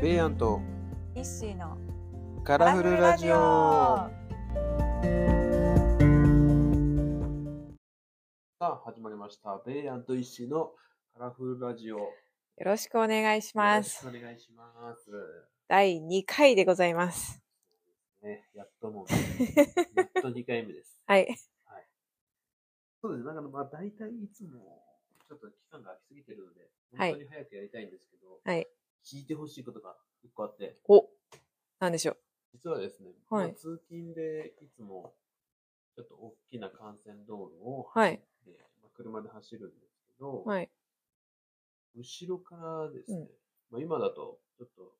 ベイアンとイッシーのカラフルラジオさあ始まりましたベイアンとイッシーのカラフルラジオよよろしくお願いしまろすしくお願いします第2回でございますねやっともうやっと2回目です はいそうですねなんかまあ大体いつもちょっと期間が空きすぎてるのではい本当に早くやりたいんですけど、はい聞いてほしいことが1個あっておなんでしょう実はですね、はいまあ通勤でいつもちょっと大きな幹線道路をは走いって、まあ、車で走るんですけど、はい後ろからですね、うんまあ、今だとちょっと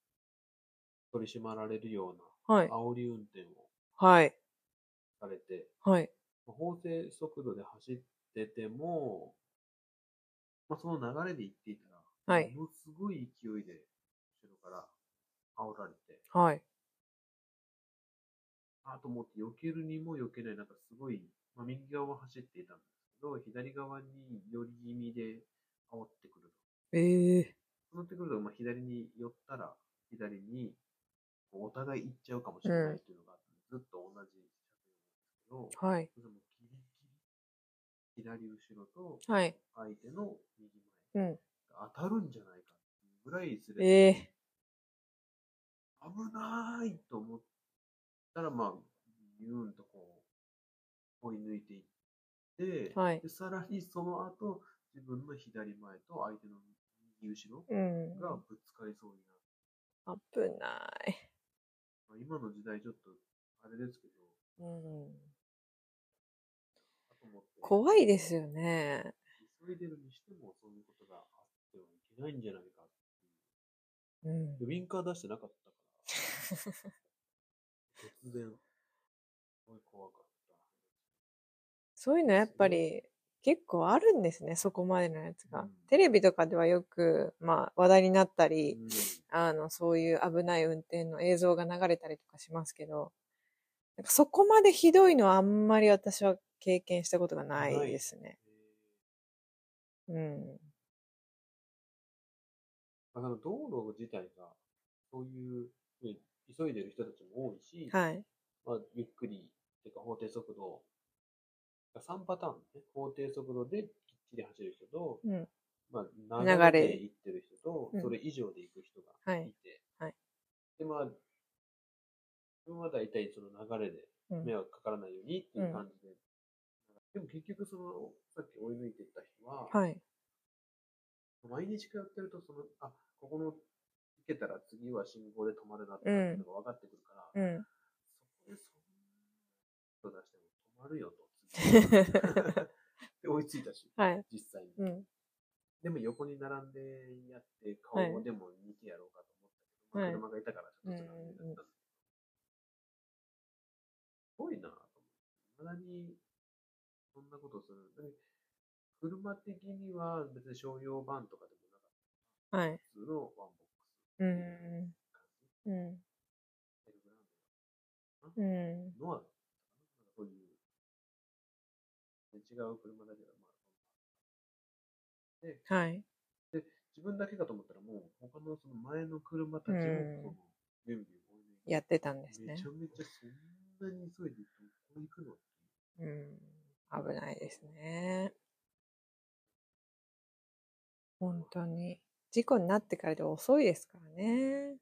取り締まられるよはういな煽り運転をはいされて、はいまあ法定速度で走ってても、まあ、その流れで行っていたら、はいものすごい勢いで後ろから煽られて、はいあと思って避けるにも避けない、なんかすごい、まあ、右側を走っていたんですけど、左側に寄り気味で煽ってくると。ええそうなってくると、まあ、左に寄ったら、左に、こうお互い行っちゃうかもしれないっていうのがあって、ずっと同じ車線なんですけど、はいそれもギリギリ、左後ろと、はい相手の右う前、ん当たるんじゃないかっていうぐらいすれてええ危ないと思ったら、まあ、ビューンとこう、追い抜いていって、はいでさらにその後、自分の左前と相手の右後うろんがぶつかりそうになる。危ないまあ今の時代ちょっと、あれですけど、うんあと思って怖いですよね急いでるにしても、そういうことがあってはいけないんじゃないか。うんでウィンカー出してなかったから、突然、すごい怖かった。そういうのやっぱり結構あるんですね、そこまでのやつが。うんテレビとかではよく、まあ、話題になったり、うんあの、そういう危ない運転の映像が流れたりとかしますけど、なんかそこまでひどいのはあんまり私は経験したことがないないですね。えーうん。まあ、その道路自体が、そういう、ね、急いでる人たちも多いし、はい。まあ、ゆっくり、てか法定速度、3パターンね、法定速度できっちり走る人と、うん。まあ、流流れれで行ってる人とうん、それ以上で行く人はがいいて、はいで、まあ、自分は大体その流れでうん迷惑かからないようにっていうんう感じで、でも結局その、さっき追い抜いてった人は、はい。毎日通ってると、その、あ、ここの、行けたら次は信号で止まるなっていうのが分かってくるから、うん。そこでそんなこと出 しても止まるよと。で、追いついたし、はい。実際に。うん。でも横に並んでやって、顔をでも見てやろうかと思ったけど、まあ車がいたからちょっと違うんでやったんですけど。すごいなぁと思って。未だに、そんなことする。で車的には別に商用版とかでもなかった。はい。普通のワンボックス。う感ん。うん。じ。うん。のは、そういう、違う車だけど、まあ、はい。自分だけかと思ったら、もう他のその前の車たちも、そうんの、ビュンビュン追い抜いてやってたんですめねち。ゃめちゃそんなに急いでどこ行くのうん、危ないですね。本当に。事故になってからで遅いですからね。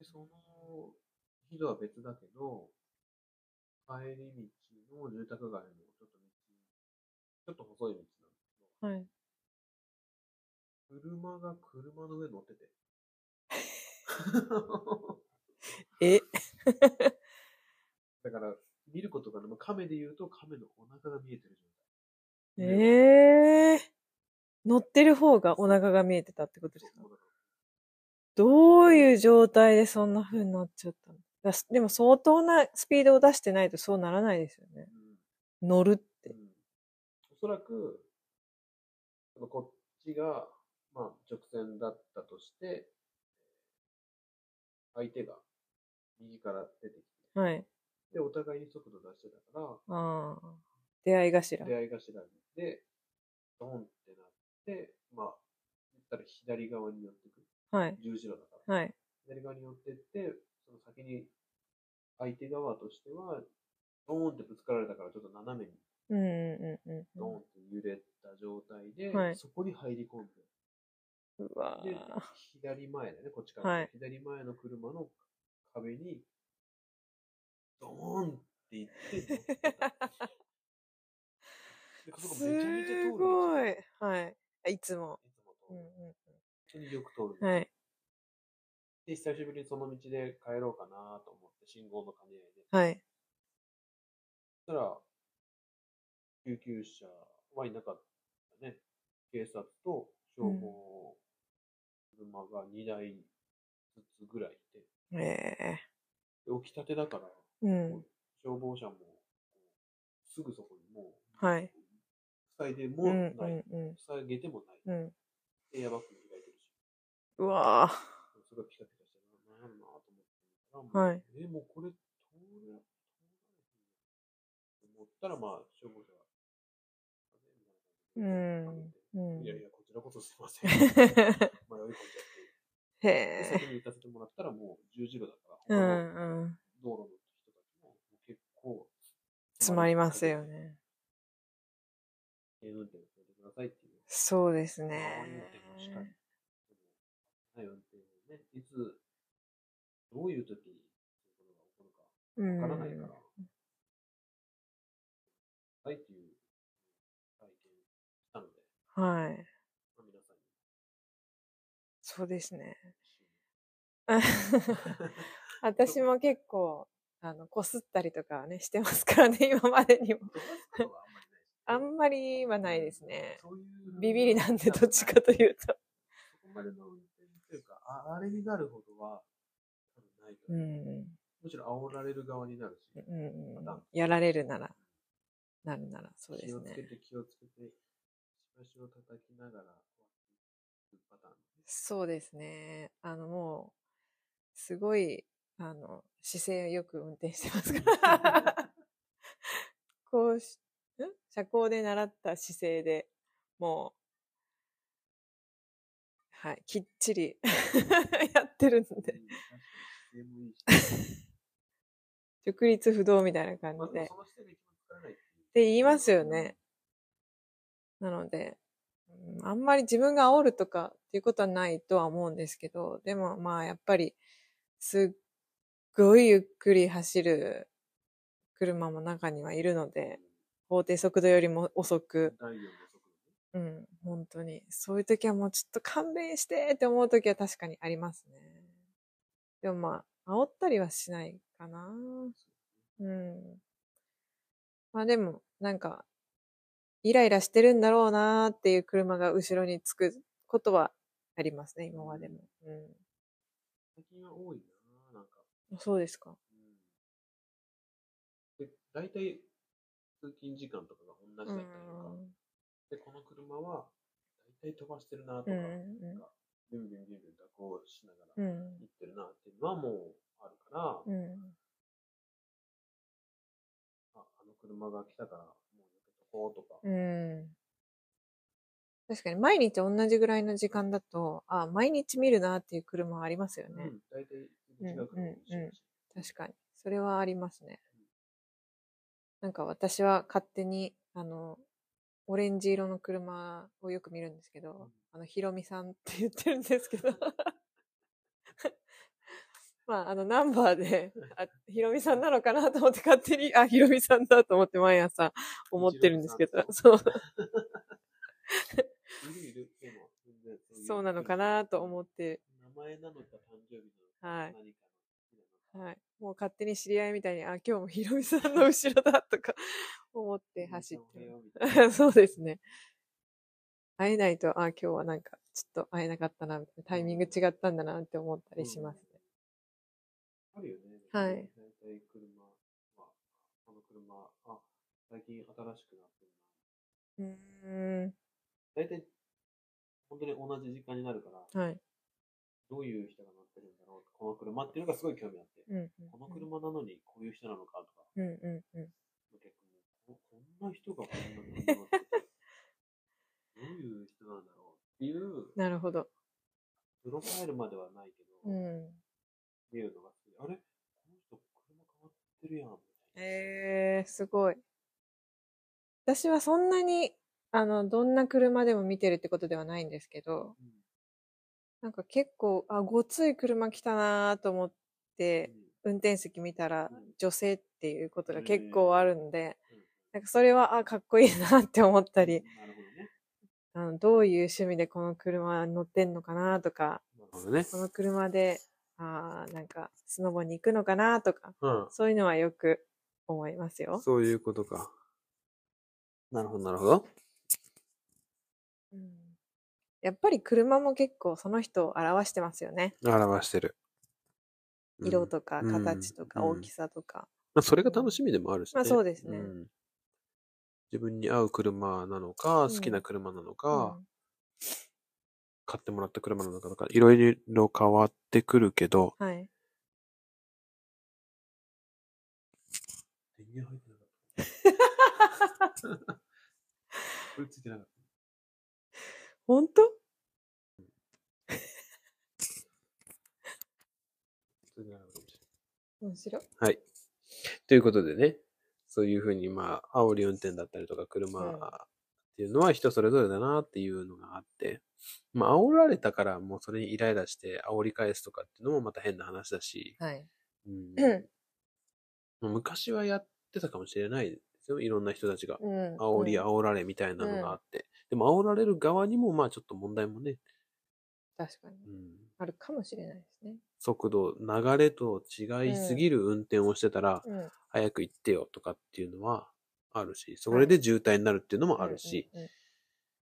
でその人は別だけど、帰り道の住宅街のちょっと道、ちょっと細い道なんですはい。けど、車が車の上乗 ってて。えだから、見ることがね、まあ、亀で言うと亀のお腹が見えてるえ状態。ええ乗ってる方がお腹が見えてたってことですかどういう状態でそんな風になっちゃったのだしでも相当なスピードを出してないとそうならないですよね。乗るっうて。ん、おそらく、そのこっちが、まあ、直線だったとして、相手が右から出てきて、はい。で、お互いに速度出してたかああ。出会い頭ら、。出会い頭で、ドンってなって、まあ、言ったら左側に寄ってくる。はい。十字路だから。はい。左側に寄ってって、その先に相手側としては、ドーンってぶつかられたから、ちょっと斜めにうんうんうんドーンって揺れた状態で、はいそこに入り込んで、うん。うわでぁ。、左前だね、こっちから、はい左前の車の壁に、ドーンってい って、でそこすめちゃめちゃ通るんですよごい。はいあ。いつも。いつも通うんる。う本当によく通るんですん。よ。はい。で、久しぶりにその道で帰ろうかなと思って、信号の兼ね合いで。はい。そしたら、救急車はいなかったね。警察と消防、車が2台ずつぐらいいて、ええで起きたてだから、うん。消防車も、すぐそこにもう、はい。塞いでうもんない。うんう塞げてもない。ん。うん。エアバッグも開いてるし、うわすごいピカピカしてるな、なんやろなと思ってたら、もうはいえ、もうこれ通れ、通れへんと思ったら、まあ、消防車が、ぁ。うん。ういんや。いや、こちらこそすいま せん。迷い込んじゃって。へでえ。先に行かせてもらったらもう十字路だから、う他のんうん。道路の人たちももう結構、詰まりますよ。ね。運転をやめてくださいっていう。そうですね。ああいう運転もしかり。でもない運転をね、いつ、どういう時にそういうことが起こるか。うん。わからないから。はいっていう体験したので、はまあ、い。皆さんにそうで すね。一私も結構、あの、こすったりとかはね、してますからね、 今までにも。緒に。飛ばすことはあんまりないですね あんまりはないですね。そういうビビりなんで、どっちかというと。そこまでの運転というか、ああれになるほどは、多分ないとう思う、ん。むしろ煽られる側になるし、うんうんまたやられるなら、なるなら、そうで気すをつけね。て気をつけて、しばしを叩きながら、パターンです。そうですね。あの、もう、すごい、あの、姿勢よく運転してますから。 こうし、ん社交で習った姿勢でもう、はい、きっちり やってるんうんで、確かに姿勢もいいし、直立不動みたいな感まあ、じでもで。その視点で一番使わないっていう。って言いますよね。なので、うんあんまり自分が煽るとかっていうことはないとは思うんですけど、でもまあやっぱり、すっごいゆっくり走る車も中にはいるので、法定速度よりも遅く、第4の速度ね。うん、本当に。そういう時はもうちょっと勘弁してって思う時は確かにありますね。でもまあ、煽ったりはしないかな。うん。まあでも、なんか、イライラしてるんだろうなーっていう車が後ろにつくことはありますね、今までも。う最近は多いな、なんか。ん。そうですか。うんで、大体、通勤時間とかが同うじんだったりとか、で、この車は、大体飛ばしてるなとか、うんなんかビュンビュンビュンビュン蛇行しながうら行ん。ってるなっていうのはもうあるから、うん。ああの車が来たから、もうやめとこうとか、うん。確かに、毎日同じぐらいの時間だと、あ、毎日見るなっていう車はありますよね。うん大体違う車も一緒だし、確かに。それはありますね。なんか私は勝手に、あの、オレンジ色の車をよく見るんですけうんど、あの、ヒロミさんって言ってるんですけど、 まあ、あの、ナンバ ーで、あ、ヒロミさんなのかなと思って勝手に、あ、ヒロミさんだと思って毎朝思ってるんですけど、そう、いるいる、でも、全然そうなのかなと思っって、名前なのか誕生日なのか、はい何かの好きなのか、はい。もう勝手に知り合いみたいに、あ、今日もヒロミさんの後ろだとか思って走ってますおはようみたいな そうですね。会えないと、あ、今日はなんか、ちょっと会えなかったな、みたいなタイミング違ったんだなって思ったりしますね。あるよね。はい大体車は、この車、あ、最近新しくなってるうーん。な。大体、本当に同じ時間になるから、はい。どういう人が乗ってるんだろうこの車っていうのがすごい興味あって、うんうんうん。この車なのにこういう人なのかとか、うんうんうん。結構、ここんな人がこんな 車乗ってて、どういう人なんだろうっていうなるほど。プロファイルまではないけど、うん。見るのが好きで、あれこの人車変わってるやん、みたいな。えー、すごい。私はそんなに、あの、どんな車でも見てるってことではないんですけど、うんなんか結構、あ、ごつい車来たなと思って、運転席見たらうん女性っていうことが結構あるんで、うんうんなんかそれは、あ、かっこいいなって思ったり、なるほどね。あのどういう趣味でこの車に乗ってんのかなとか、なるほどね。この車で、あーなんかスノボに行くのかなとか、うん。そういうのはよく思いますよ。そういうことか。なるほど、なるほど。うんやっぱり車も結構その人を表してますよね。表してる。うん色とかうん形とかうん大きさとか。まあ、それが楽しみでもあるしね。まあそうですねん自分に合う車なのか、ん好きな車なのうか、ん買ってもらった車なのかとか、いろいろ変わってくるけど。はい。電源入ってなかった。これついてなかっ本当た。ついてなかったかもしれない面白い。はい。ということでね、そういうふうに、まあ、煽り運転だったりとか、車うんっていうのは人それぞれだなっていうのがあって、まあ、煽られたから、もうそれにイライラして煽り返すとかっていうのもまた変な話だし、はい。うんうんまあ昔はやってたかもしれないですよ、いろんな人たちが。うん。煽り、うん煽られみたいなのがあって。でも、煽られる側にも、まあ、ちょっと問題もね、確かに。うんあるかもしれないですね。速度、流れと違いすぎる運転をしてたら、うん。早く行ってよとかっていうのはあるし、それで渋滞になるっていうのもあるし、うん。うんうん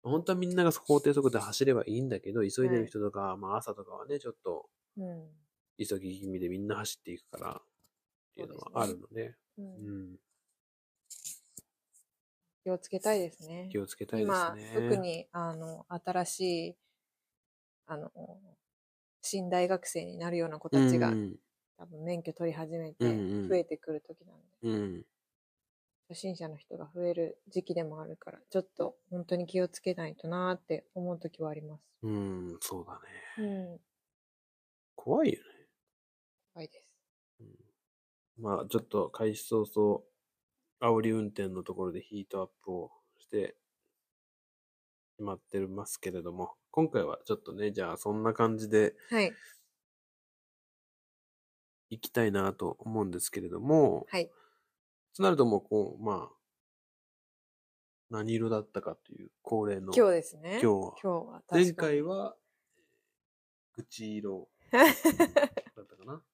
本当はみんなが法定速度で走ればいいんだけど、急いでる人とか、まあ朝とかはね、ちょっとうん急ぎ気味でみんな走っていくからっていうのはあるので、うんうん、気をつけたいですね。気をつけたいですね。今、特に、あの、新しい、あの、新大学生になるような子たちが、うん多分免許取り始めて、うんうん増えてくる時なんで、うん、初心者の人が増える時期でもあるから、ちょっと本当に気をつけないとなーって思う時はあります。うん、そうだね。うん。怖いよね。怖いです。まあちょっと開始早々、煽り運転のところでヒートアップをしてしまってますけれども、今回はちょっとね、じゃあそんな感じで、はい。行きたいなと思うんですけれども、はい。となるともうこう、まあ、何色だったかという恒例の今日ですね。今日は今日は確かに。前回は、えー口色だったかな、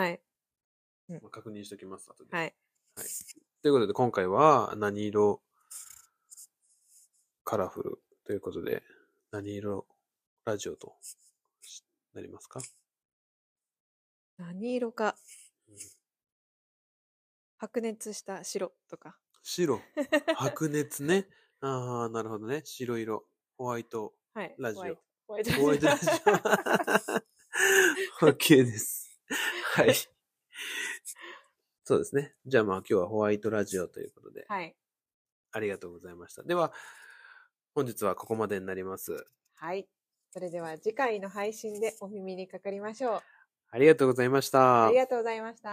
はい。まあ、確認しておきます、後で。はい。ということで、今回は何色カラフルということで、何色ラジオとしなりますか何色かうん。白熱した白とか。 白、白熱ね。ああ、なるほどね。白色、ホワイト、はい。ラジオホワイト。ホワイトラ ジオ。OK です。はい。そうですね。じゃあまあ今日はホワイトラジオということで、 はい。ありがとうございました。では、本日はここまでになります。はい。それでは次回の配信でお耳にかかりましょう。ありがとうございました。ありがとうございました。